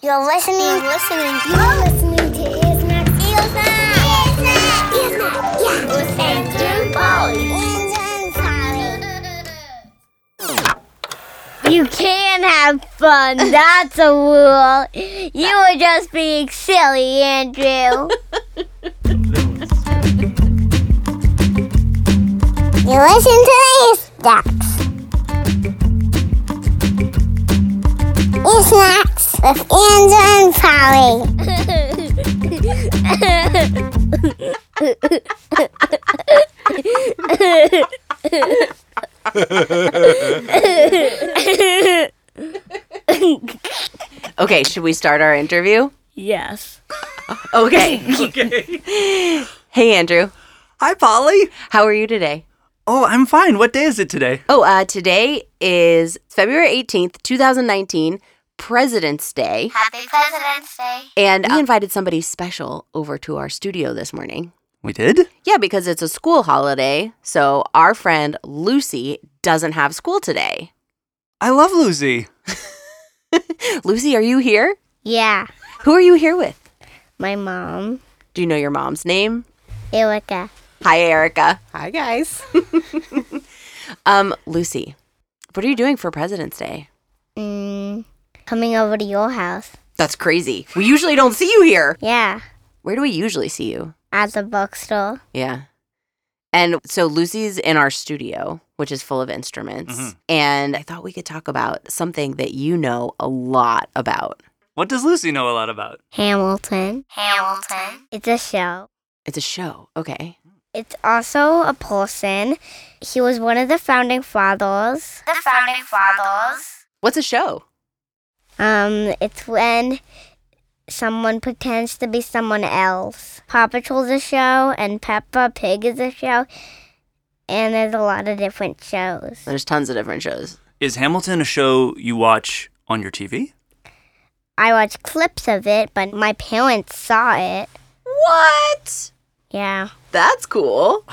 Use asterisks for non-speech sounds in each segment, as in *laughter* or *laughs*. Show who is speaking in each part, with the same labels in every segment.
Speaker 1: You're listening. You're listening. You're listening to Ears Max. Ears Max. Ears Max. Yeah. With Andrew Polly. You can have fun. That's a rule. You were just being silly, *laughs* Andrew. you listen to these ducks. It's snacks with Andrew and Polly.
Speaker 2: Okay, should we start our interview?
Speaker 3: Yes.
Speaker 2: Okay.
Speaker 4: Okay.
Speaker 2: *laughs* hey, Andrew.
Speaker 4: Hi, Polly.
Speaker 2: How are you today?
Speaker 4: Oh, I'm fine. What day is it today?
Speaker 2: Oh, uh, today is February 18th, 2019, President's Day.
Speaker 1: Happy President's Day.
Speaker 2: And we invited somebody special over to our studio this morning.
Speaker 4: We did?
Speaker 2: Yeah, because it's a school holiday. So our friend Lucy doesn't have school today.
Speaker 4: I love Lucy.
Speaker 2: Lucy, are you here?
Speaker 1: Yeah.
Speaker 2: Who are you here with?
Speaker 1: My mom,
Speaker 2: Do you know your mom's name?
Speaker 1: Erica.
Speaker 2: Hi, Erica.
Speaker 5: Hi,
Speaker 2: *laughs*
Speaker 5: guys.
Speaker 2: Um, Lucy, what are you doing for President's Day?
Speaker 1: Mm, coming over to your house.
Speaker 2: That's crazy. We usually don't see you here.
Speaker 1: Yeah.
Speaker 2: Where do we usually see you?
Speaker 1: At the bookstore.
Speaker 2: Yeah. And so Lucy's in our studio, which is full of instruments.
Speaker 4: Mhm.
Speaker 2: And I thought we could talk about something that you know a lot about.
Speaker 4: What does Lucy know a lot about?
Speaker 1: Hamilton. Hamilton. It's a show.
Speaker 2: It's a show. Okay.
Speaker 1: It's also a person. He was one of the founding fathers. The founding fathers.
Speaker 2: What's a show?
Speaker 1: Um, it's when someone pretends to be someone else. Paw Patrol's a show, and Peppa Pig is a show, and there's a lot of different shows.
Speaker 2: There's tons of different shows.
Speaker 4: Is Hamilton a show you watch on your TV?
Speaker 1: I watched clips of it, but my parents saw it.
Speaker 2: What?
Speaker 1: Yeah.
Speaker 2: That's cool.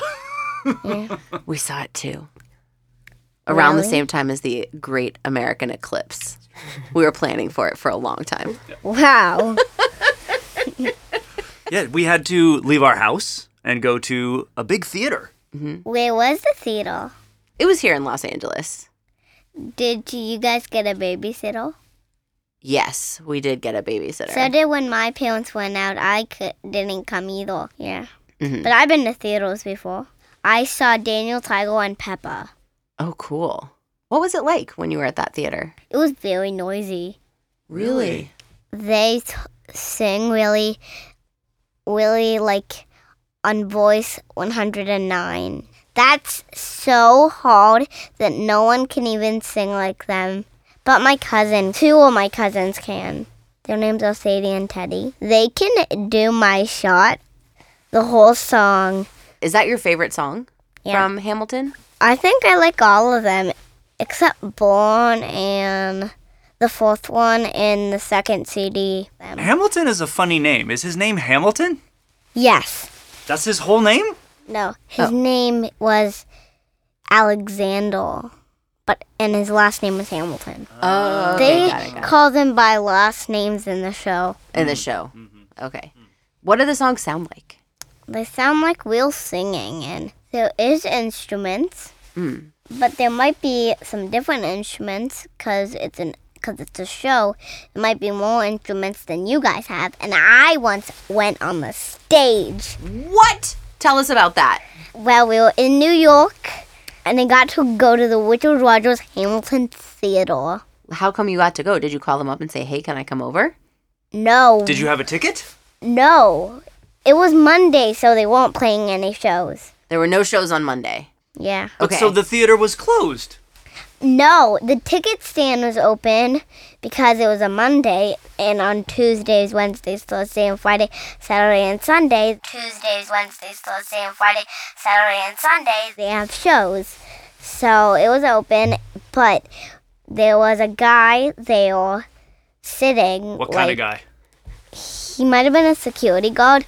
Speaker 1: yeah.
Speaker 2: We saw it too. Around the
Speaker 1: Really?
Speaker 2: same time as the Great American Eclipse. we were planning for it for a long time.
Speaker 1: wow.
Speaker 4: Yeah, we had to leave our house and go to a big theater.
Speaker 1: Where was the theater?
Speaker 2: It was here in Los Angeles.
Speaker 1: Did you guys get a babysitter?
Speaker 2: Yes, we did get a babysitter.
Speaker 1: So did when my parents went out. I could, didn't come either. Yeah.
Speaker 2: Mm-hmm.
Speaker 1: But I've been to theaters before. I saw Daniel Tiger and Peppa.
Speaker 2: oh, cool. What was it like when you were at that theater?
Speaker 1: It was very noisy.
Speaker 2: Really?
Speaker 1: They t- sing really, really like on voice 109. That's so hard that no one can even sing like them. But my cousin, two of my cousins can. Their names are Sadie and Teddy. They can do my shot, the whole song.
Speaker 2: Is that your favorite song
Speaker 1: Yeah.
Speaker 2: from Hamilton?
Speaker 1: I think I like all of them except Born and the fourth one and the second CD. Um,
Speaker 4: Hamilton is a funny name. Is his name Hamilton?
Speaker 1: Yes.
Speaker 4: That's his whole name?
Speaker 1: No, his
Speaker 2: Oh.
Speaker 1: name was Alexander, but and his last name was Hamilton.
Speaker 2: Oh,
Speaker 1: they
Speaker 2: got it, got it.
Speaker 1: call them by last names in the show.
Speaker 2: in the show. Okay. What do the songs sound like?
Speaker 1: They sound like real singing, and there is instruments,
Speaker 2: Mm.
Speaker 1: but there might be some different instruments because it's an because it's a show. It might be more instruments than you guys have. And I once went on the stage.
Speaker 2: What? Tell us about that.
Speaker 1: Well, we were in New York, and I got to go to the Richard Rogers Hamilton Theater.
Speaker 2: How come you got to go? Did you call them up and say, hey, can I come over?
Speaker 1: No,
Speaker 4: Did you have a ticket?
Speaker 1: no, it was Monday, so they weren't playing any shows.
Speaker 2: There were no shows on Monday.
Speaker 1: Yeah.
Speaker 4: But
Speaker 2: Okay.
Speaker 4: So the theater was closed.
Speaker 1: No, the ticket stand was open because it was a Monday, and on Tuesdays, Wednesdays, Thursday, and Friday, Saturday, and Sunday. Tuesdays, Wednesdays, Thursday, and Friday, Saturday, and Sunday, they have shows. So it was open, but there was a guy there sitting.
Speaker 4: What kind
Speaker 1: like,
Speaker 4: of guy?
Speaker 1: he might have been a security guard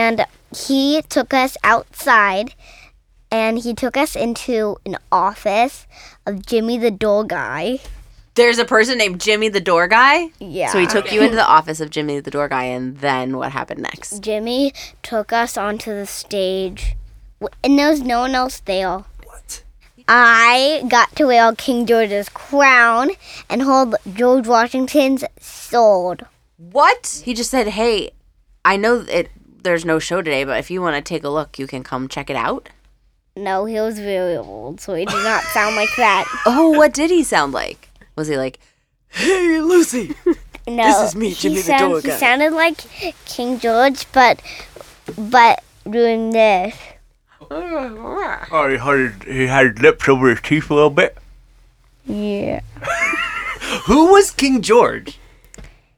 Speaker 1: and he took us outside and he took us into an office of Jimmy the door guy.
Speaker 2: There's a person named Jimmy the door guy.
Speaker 1: Yeah.
Speaker 2: So he took you into the office of Jimmy the door guy, and then what happened next?
Speaker 1: Jimmy took us onto the stage, w- and there was no one else there.
Speaker 4: What?
Speaker 1: I got to wear King George's crown and hold George Washington's sword.
Speaker 2: What? He just said, "Hey, I know it. There's no show today, but if you want to take a look, you can come check it out."
Speaker 1: No, he was very old, so he did not sound like that.
Speaker 2: Oh, what did he sound like? Was he like,
Speaker 4: Hey, *laughs* Lucy.
Speaker 1: No,
Speaker 4: is me, Jimmy
Speaker 1: he
Speaker 4: the Door
Speaker 1: He
Speaker 4: Guy.
Speaker 1: sounded like King George, but but doing this.
Speaker 4: oh, he had, he had lips over his teeth a little bit.
Speaker 1: Yeah.
Speaker 4: Who was King George?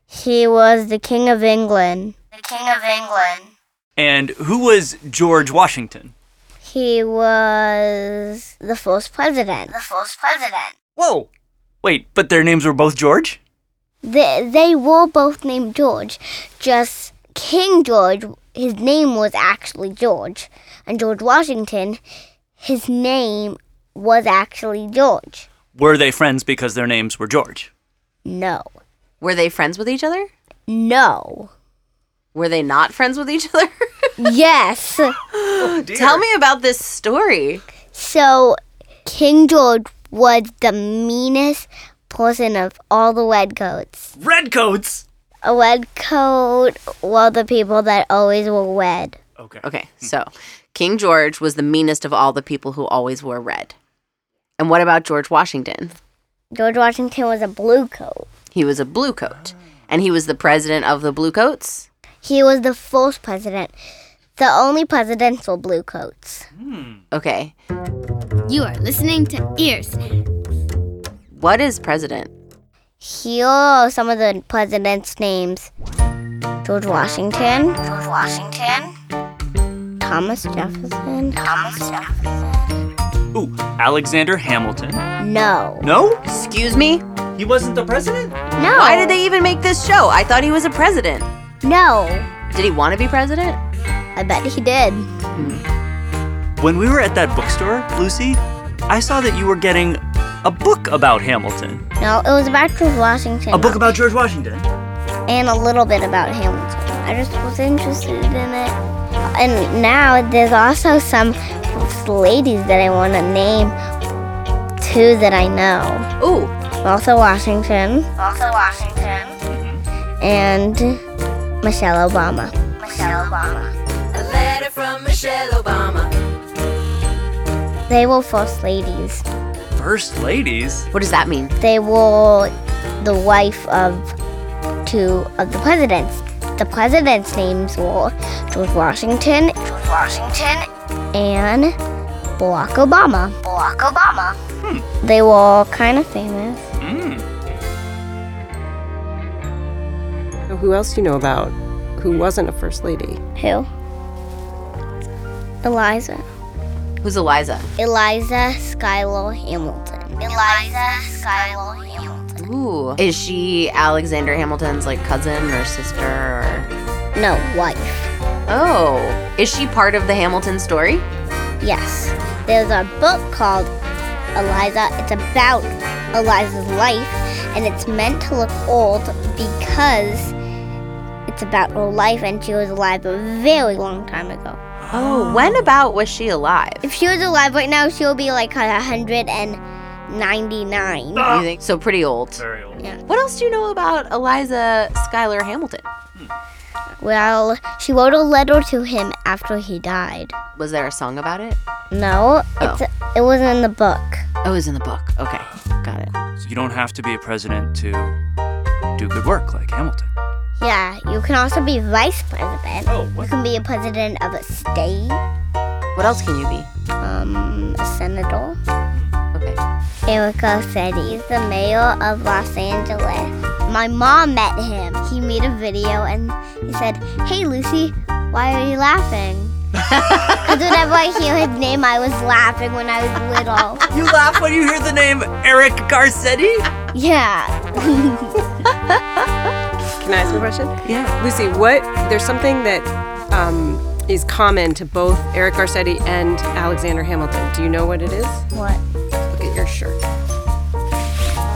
Speaker 1: He was the King of England. The King of England.
Speaker 4: And who was George Washington?
Speaker 1: He was the first president. The first president.
Speaker 4: Whoa. Wait, but their names were both George?
Speaker 1: They, they were both named George, just King George, his name was actually George, and George Washington, his name was actually George.
Speaker 4: Were they friends because their names were George?
Speaker 1: No.
Speaker 2: "Were they friends with each other?
Speaker 1: No.
Speaker 2: Were they not friends with each *laughs* other?"
Speaker 1: yes.
Speaker 2: Tell me about this story.
Speaker 1: So, King George was the meanest person of all the redcoats.
Speaker 4: Redcoats.
Speaker 1: A redcoat were the people that always were red.
Speaker 4: Okay.
Speaker 2: Okay, so King George was the meanest of all the people who always wore red. And what about George Washington?
Speaker 1: George Washington was a blue coat.
Speaker 2: He was a blue coat, and he was the president of the blue coats.
Speaker 1: He was the first president. The only presidential blue coats.
Speaker 2: Okay,
Speaker 3: You are listening to Ears.
Speaker 2: what is president?
Speaker 1: Here are some of the presidents' names George Washington. George Washington. Thomas Jefferson. Thomas Jefferson.
Speaker 4: Ooh, Alexander Hamilton.
Speaker 1: No.
Speaker 4: No?
Speaker 2: Excuse me?
Speaker 4: He wasn't the president?
Speaker 1: No.
Speaker 2: Why did they even make this show? I thought he was a president.
Speaker 1: No.
Speaker 2: Did he want to be president?
Speaker 1: I bet he did.
Speaker 4: When we were at that bookstore, Lucy, I saw that you were getting a book about Hamilton.
Speaker 1: No, it was about George Washington.
Speaker 4: A book about George Washington.
Speaker 1: and a little bit about Hamilton. I just was interested in it. And now there's also some ladies that I want to name, two that I know.
Speaker 2: Ooh,
Speaker 1: Martha Washington. Martha Washington. And Michelle Obama. Michelle Obama.
Speaker 5: A letter from Michelle Obama.
Speaker 1: They were first ladies.
Speaker 4: First ladies?
Speaker 2: what does that mean?
Speaker 1: They were the wife of two of the presidents. The presidents' names were George Washington, George Washington, and Barack Obama. Barack Obama. They were all kind of famous.
Speaker 4: Mm.
Speaker 6: Who else do you know about who wasn't a first lady?
Speaker 1: Who? Eliza.
Speaker 2: Who's Eliza?
Speaker 1: Eliza Schuyler Hamilton. Eliza Schuyler Hamilton.
Speaker 2: Ooh, is she Alexander Hamilton's like cousin or sister? Or...
Speaker 1: No, wife.
Speaker 2: Oh, is she part of the Hamilton story?
Speaker 1: Yes. There's a book called Eliza. It's about Eliza's life, and it's meant to look old because it's about her life, and she was alive a very long time ago.
Speaker 2: Oh, when about was she alive?
Speaker 1: If she was alive right now, she would be like 199.
Speaker 2: You think? So pretty old.
Speaker 4: Very old.
Speaker 2: What else do you know about Eliza Schuyler Hamilton?
Speaker 1: Well, she wrote a letter to him after he died.
Speaker 2: Was there a song about it?
Speaker 1: No,
Speaker 2: Oh.
Speaker 1: it's, it was in the book.
Speaker 2: Oh, it was in the book. Okay, got it.
Speaker 4: So you don't have to be a president to do good work like Hamilton.
Speaker 1: Yeah, you can also be vice president.
Speaker 4: Oh,
Speaker 1: You
Speaker 4: what?
Speaker 1: can be a president of a state,
Speaker 2: What else can you be?
Speaker 1: um, a senator.
Speaker 2: Okay.
Speaker 1: Erica said he's the mayor of Los Angeles. My mom met him. He made a video and he said, Hey Lucy, why are you
Speaker 2: *laughs*
Speaker 1: laughing? Because whenever I hear his name, I was laughing when I was
Speaker 2: *laughs*
Speaker 1: little.
Speaker 4: You laugh when you hear the name Eric Garcetti?
Speaker 1: Yeah.
Speaker 6: Can I ask a question?
Speaker 2: Yeah.
Speaker 6: Lucy, what? There's something that um, is common to both Eric Garcetti and Alexander Hamilton. Do you know what it is?
Speaker 1: what?
Speaker 6: Look at your shirt.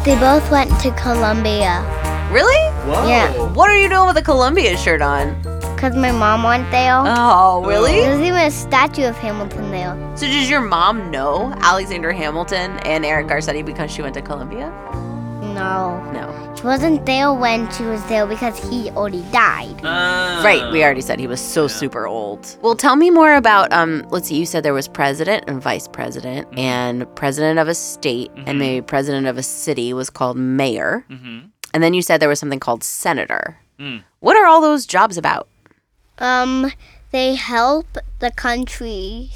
Speaker 1: They both went to Columbia
Speaker 2: Really?
Speaker 4: Whoa.
Speaker 1: Yeah.
Speaker 2: What are you doing with a Columbia shirt on?
Speaker 1: because my mom went there.
Speaker 2: Oh, really?
Speaker 1: There's even a statue of Hamilton there.
Speaker 2: So does your mom know Alexander Hamilton and Eric Garcetti because she went to Columbia?
Speaker 1: No.
Speaker 2: No.
Speaker 1: She wasn't there when she was there because he already died.
Speaker 4: Ah.
Speaker 2: Right, we already said he was so super old. Well, tell me more about um let's see, you said there was president and vice president and president of a state and maybe president of a city was called mayor.
Speaker 4: Mhm.
Speaker 2: And then you said there was something called senator.
Speaker 4: Mm.
Speaker 2: What are all those jobs about?
Speaker 1: Um, they help the country.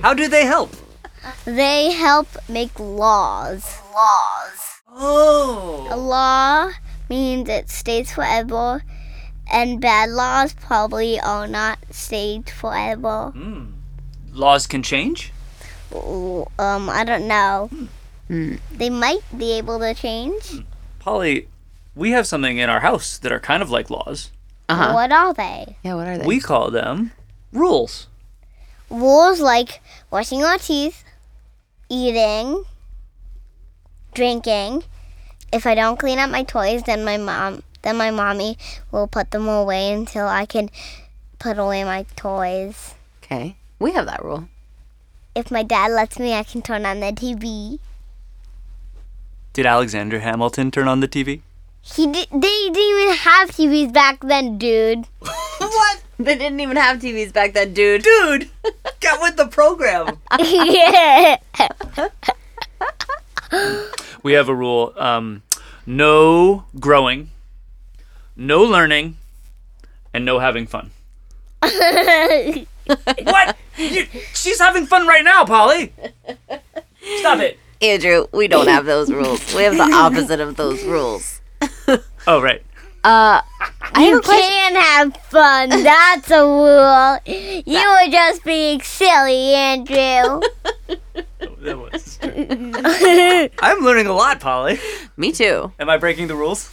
Speaker 4: How do they help?
Speaker 1: They help make laws. Laws.
Speaker 4: Oh.
Speaker 1: A law means it stays forever, and bad laws probably are not stayed forever.
Speaker 4: Laws can change?
Speaker 1: Ooh, Um, I don't know. They might be able to change.
Speaker 4: Polly, we have something in our house that are kind of like laws.
Speaker 2: Uh-huh.
Speaker 1: What are they?
Speaker 2: Yeah, what are they?
Speaker 4: We call them rules.
Speaker 1: Rules like washing our teeth, eating, drinking. If I don't clean up my toys, then my mom, then my mommy will put them away until I can put away my toys.
Speaker 2: okay. We have that rule.
Speaker 1: If my dad lets me, I can turn on the TV.
Speaker 4: Did Alexander Hamilton turn on the TV?
Speaker 1: He di- they didn't even have TVs back then, dude. *laughs*
Speaker 4: What?
Speaker 2: They didn't even have TVs back then, dude.
Speaker 4: Dude, get with the program.
Speaker 1: yeah.
Speaker 4: We have a rule um, no growing, no learning, and no having fun. what? You, she's having fun right now, Polly. Stop it.
Speaker 2: Andrew, we don't have those rules. We have the opposite of those rules.
Speaker 4: Oh,
Speaker 2: *laughs*
Speaker 4: right.
Speaker 2: I have a question.
Speaker 1: can have fun. That's a rule. You were just being silly, Andrew.
Speaker 4: That was I'm learning a lot, Polly.
Speaker 2: Me too.
Speaker 4: Am I breaking the rules?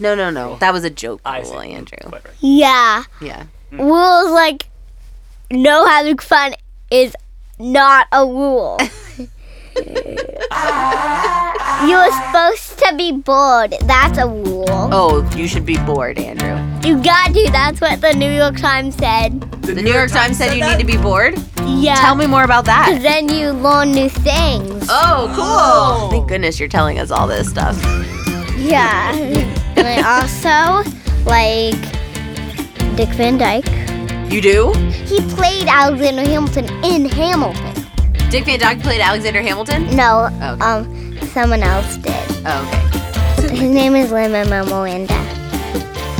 Speaker 2: No, no, no. That was a joke
Speaker 4: I
Speaker 2: rule,
Speaker 4: see.
Speaker 2: Andrew.
Speaker 4: Quite right.
Speaker 1: yeah.
Speaker 2: Yeah.
Speaker 1: Rules like no having fun is not a
Speaker 2: *laughs*
Speaker 1: rule. you were supposed to be bored. That's a rule.
Speaker 2: Oh, you should be bored, Andrew.
Speaker 1: You got to. That's what the New York Times said.
Speaker 2: The New York Times said you need to be bored.
Speaker 1: Yeah.
Speaker 2: Tell me more
Speaker 1: *laughs*
Speaker 2: about that.
Speaker 1: Then you learn new things.
Speaker 2: Oh, cool. Thank goodness you're telling us all this stuff. *laughs*
Speaker 1: Yeah. and I also like Dick Van Dyke.
Speaker 2: You do?
Speaker 1: He played Alexander Hamilton in Hamilton.
Speaker 2: Dick Van Dyke played Alexander
Speaker 1: *laughs*
Speaker 2: Hamilton?
Speaker 1: No,
Speaker 2: Okay.
Speaker 1: um, someone else did.
Speaker 2: Oh, okay.
Speaker 1: His name is Lin-Manuel Miranda.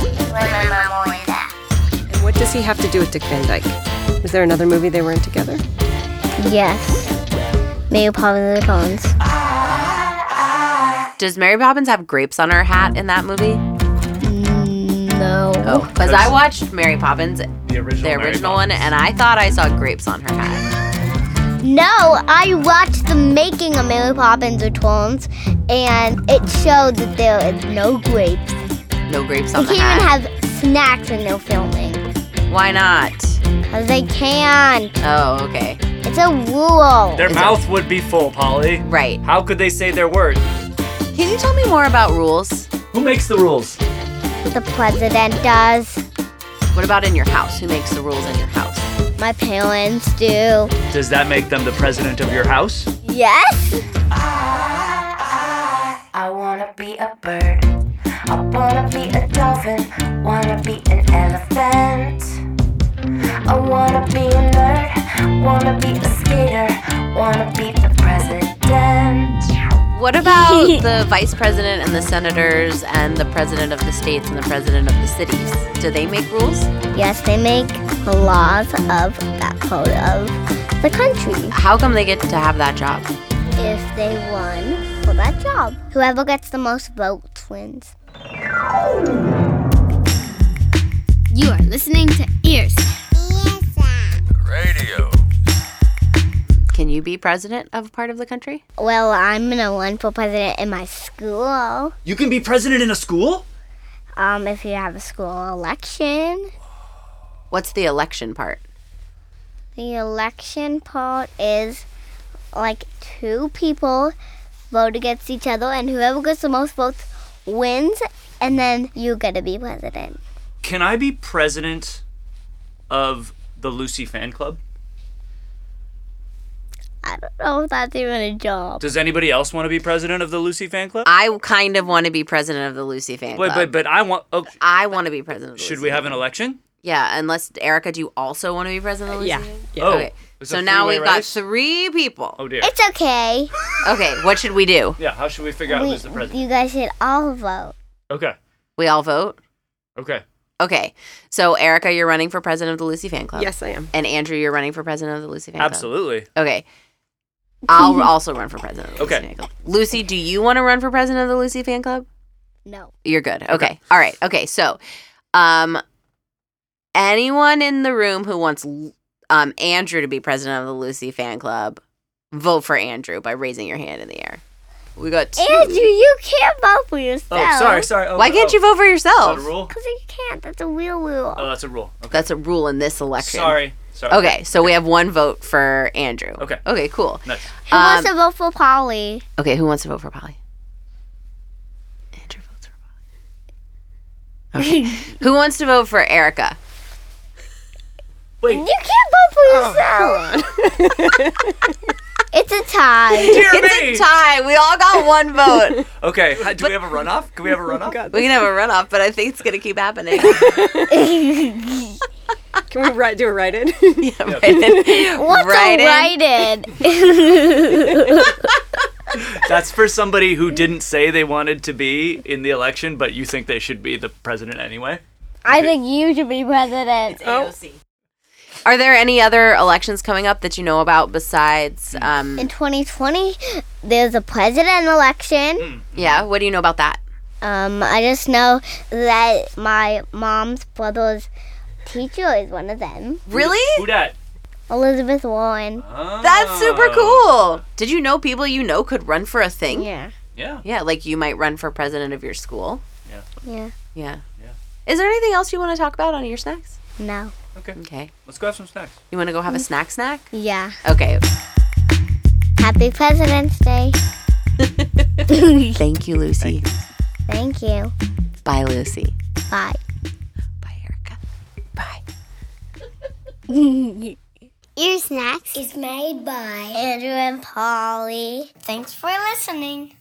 Speaker 1: Lin-Manuel Miranda.
Speaker 6: And what does he have to do with Dick Van Dyke? Was there another movie they were in together?
Speaker 1: Yes. Mary Poppins and the Cones.
Speaker 2: Does Mary Poppins have grapes on her hat in that movie?
Speaker 1: No.
Speaker 2: Oh, because I watched Mary Poppins,
Speaker 4: The
Speaker 2: the
Speaker 4: original, Mary
Speaker 2: original
Speaker 4: Poppins.
Speaker 2: one, and I thought I saw grapes on her hat.
Speaker 1: No, I watched the making of Mary Poppins Returns, and it showed that there is no grapes.
Speaker 2: No grapes
Speaker 1: They
Speaker 2: on
Speaker 1: can't even
Speaker 2: the hat.
Speaker 1: have snacks in their filming.
Speaker 2: Why not?
Speaker 1: Because they can't.
Speaker 2: Oh, okay.
Speaker 1: It's a rule.
Speaker 4: Their mouth would be full, Polly.
Speaker 2: Right.
Speaker 4: How could they say their word?
Speaker 2: Can you tell me more about rules?
Speaker 4: Who makes the rules?
Speaker 1: the president does.
Speaker 2: What about in your house? Who makes the rules in your house?
Speaker 1: My parents do.
Speaker 4: Does that make them the president of your house?
Speaker 1: Yes?
Speaker 7: I wanna be a bird. I wanna be a dolphin. Wanna be an elephant. I wanna be a nerd. Wanna be a skater. Wanna be the president.
Speaker 2: What about *laughs* the vice president and the senators and the president of the states and the president of the cities? Do they make rules?
Speaker 1: Yes, they make the laws of that part of the country.
Speaker 2: How come they get to have that job?
Speaker 1: If they won for that job, whoever gets the most votes wins.
Speaker 3: You are listening to Ears.
Speaker 2: Can you be president of part of the country?
Speaker 1: Well, I'm gonna run for president in my school.
Speaker 4: You can be president in a school?
Speaker 1: Um, if you have a school election.
Speaker 2: What's the election part?
Speaker 1: The election part is like two people vote against each other, and whoever gets the most votes wins, and then you get to be president.
Speaker 4: Can I be president of the Lucy fan club?
Speaker 1: I don't know if that's even a job.
Speaker 4: Does anybody else want to be president of the Lucy fan club?
Speaker 2: I kind of want to be president of the Lucy fan
Speaker 4: Wait,
Speaker 2: club.
Speaker 4: but but I want. Oh,
Speaker 2: I want to be president. Of the
Speaker 4: should
Speaker 2: Lucy
Speaker 4: we
Speaker 2: Fan
Speaker 4: have an election?
Speaker 2: Club. Yeah, unless Erica, do you also want to be president of the Lucy?
Speaker 6: Yeah.
Speaker 2: Fan Club?
Speaker 6: yeah.
Speaker 4: Oh,
Speaker 2: Okay.
Speaker 4: it's a
Speaker 2: So now
Speaker 4: three-way
Speaker 2: we've got
Speaker 4: race?
Speaker 2: three people.
Speaker 4: Oh dear.
Speaker 1: It's okay.
Speaker 2: Okay, what should we do?
Speaker 4: Yeah. How should we figure out
Speaker 1: We-
Speaker 4: who's the president?
Speaker 1: you guys should all vote.
Speaker 4: Okay.
Speaker 2: We all vote.
Speaker 4: Okay.
Speaker 2: Okay, so Erica, you're running for president of the Lucy fan club.
Speaker 6: Yes, I am.
Speaker 2: And Andrew, you're running for president of the Lucy fan club.
Speaker 4: Absolutely.
Speaker 2: Okay. I'll also run for president of the
Speaker 4: Okay.
Speaker 2: Lucy fan club. Lucy, do you want to run for president of the Lucy fan club?
Speaker 1: No.
Speaker 2: You're good. Okay. All right. Okay. So, um, anyone in the room who wants L- um Andrew to be president of the Lucy fan club, vote for Andrew by raising your hand in the air. We got two.
Speaker 1: Andrew, you can't vote for yourself.
Speaker 4: Oh, sorry, sorry. Oh,
Speaker 2: Why can't
Speaker 4: oh.
Speaker 2: you vote for
Speaker 4: Is that a
Speaker 2: yourself?
Speaker 4: rule?
Speaker 1: Because you can't. That's a real rule.
Speaker 4: Oh, that's a rule. Okay.
Speaker 2: That's a rule in this election.
Speaker 4: Sorry. Sorry.
Speaker 2: Okay, so we have one vote for Andrew.
Speaker 4: Okay.
Speaker 2: Okay, cool.
Speaker 4: Nice.
Speaker 1: Who wants
Speaker 2: Um,
Speaker 1: to vote for Polly?
Speaker 2: Okay, who wants to vote for Polly? Andrew votes for Polly.
Speaker 4: *laughs*
Speaker 2: Okay. who wants to vote for Erica?
Speaker 1: You can't vote for
Speaker 4: Oh,
Speaker 1: yourself. *laughs* it's a
Speaker 4: *laughs*
Speaker 1: tie.
Speaker 4: Dear me.
Speaker 2: It's a tie. We all
Speaker 4: *laughs*
Speaker 2: got one vote.
Speaker 4: okay. Do we have a runoff? Can we
Speaker 2: *laughs*
Speaker 4: have
Speaker 2: Oh
Speaker 4: a runoff?
Speaker 2: We can have a runoff, but I think it's gonna keep happening.
Speaker 4: *laughs*
Speaker 6: Can we write, do a write *laughs* in?
Speaker 2: *laughs* Write in.
Speaker 1: What's
Speaker 2: Write
Speaker 1: a
Speaker 2: in.
Speaker 4: *laughs*
Speaker 1: write-in?
Speaker 4: That's for somebody who didn't say they wanted to be in the election, but you think they should be the president anyway.
Speaker 1: I think you should be president.
Speaker 2: Oh. Are there any other elections coming up that you know about besides?
Speaker 4: Mm.
Speaker 2: Um,
Speaker 1: In 2020, there's a president election.
Speaker 4: Hmm.
Speaker 2: yeah. What do you know about that?
Speaker 1: Um, I just know that my mom's brother's teacher is one of them,
Speaker 2: Really?
Speaker 4: Who dat?
Speaker 1: Elizabeth Warren.
Speaker 4: Ah.
Speaker 2: That's
Speaker 4: Oh.
Speaker 2: super cool. Did you know people you know could run for a thing?
Speaker 1: Yeah.
Speaker 4: Yeah.
Speaker 2: Yeah, like you might run for president of your school.
Speaker 1: Yeah.
Speaker 2: Yeah.
Speaker 4: Yeah.
Speaker 2: Is there anything else you want to talk about on your snacks?
Speaker 1: No.
Speaker 4: Okay.
Speaker 2: Okay.
Speaker 4: Let's grab some snacks.
Speaker 2: You want to go have a
Speaker 1: Mm.
Speaker 2: snack snack?
Speaker 1: Yeah.
Speaker 2: Okay.
Speaker 1: *laughs* Happy President's Day.
Speaker 2: Thank you, Lucy.
Speaker 1: Thank you.
Speaker 2: Bye, Lucy.
Speaker 1: Bye.
Speaker 2: Bye, Erica. Bye.
Speaker 1: Ear Snacks is made by Andrew and Polly. Thanks for listening.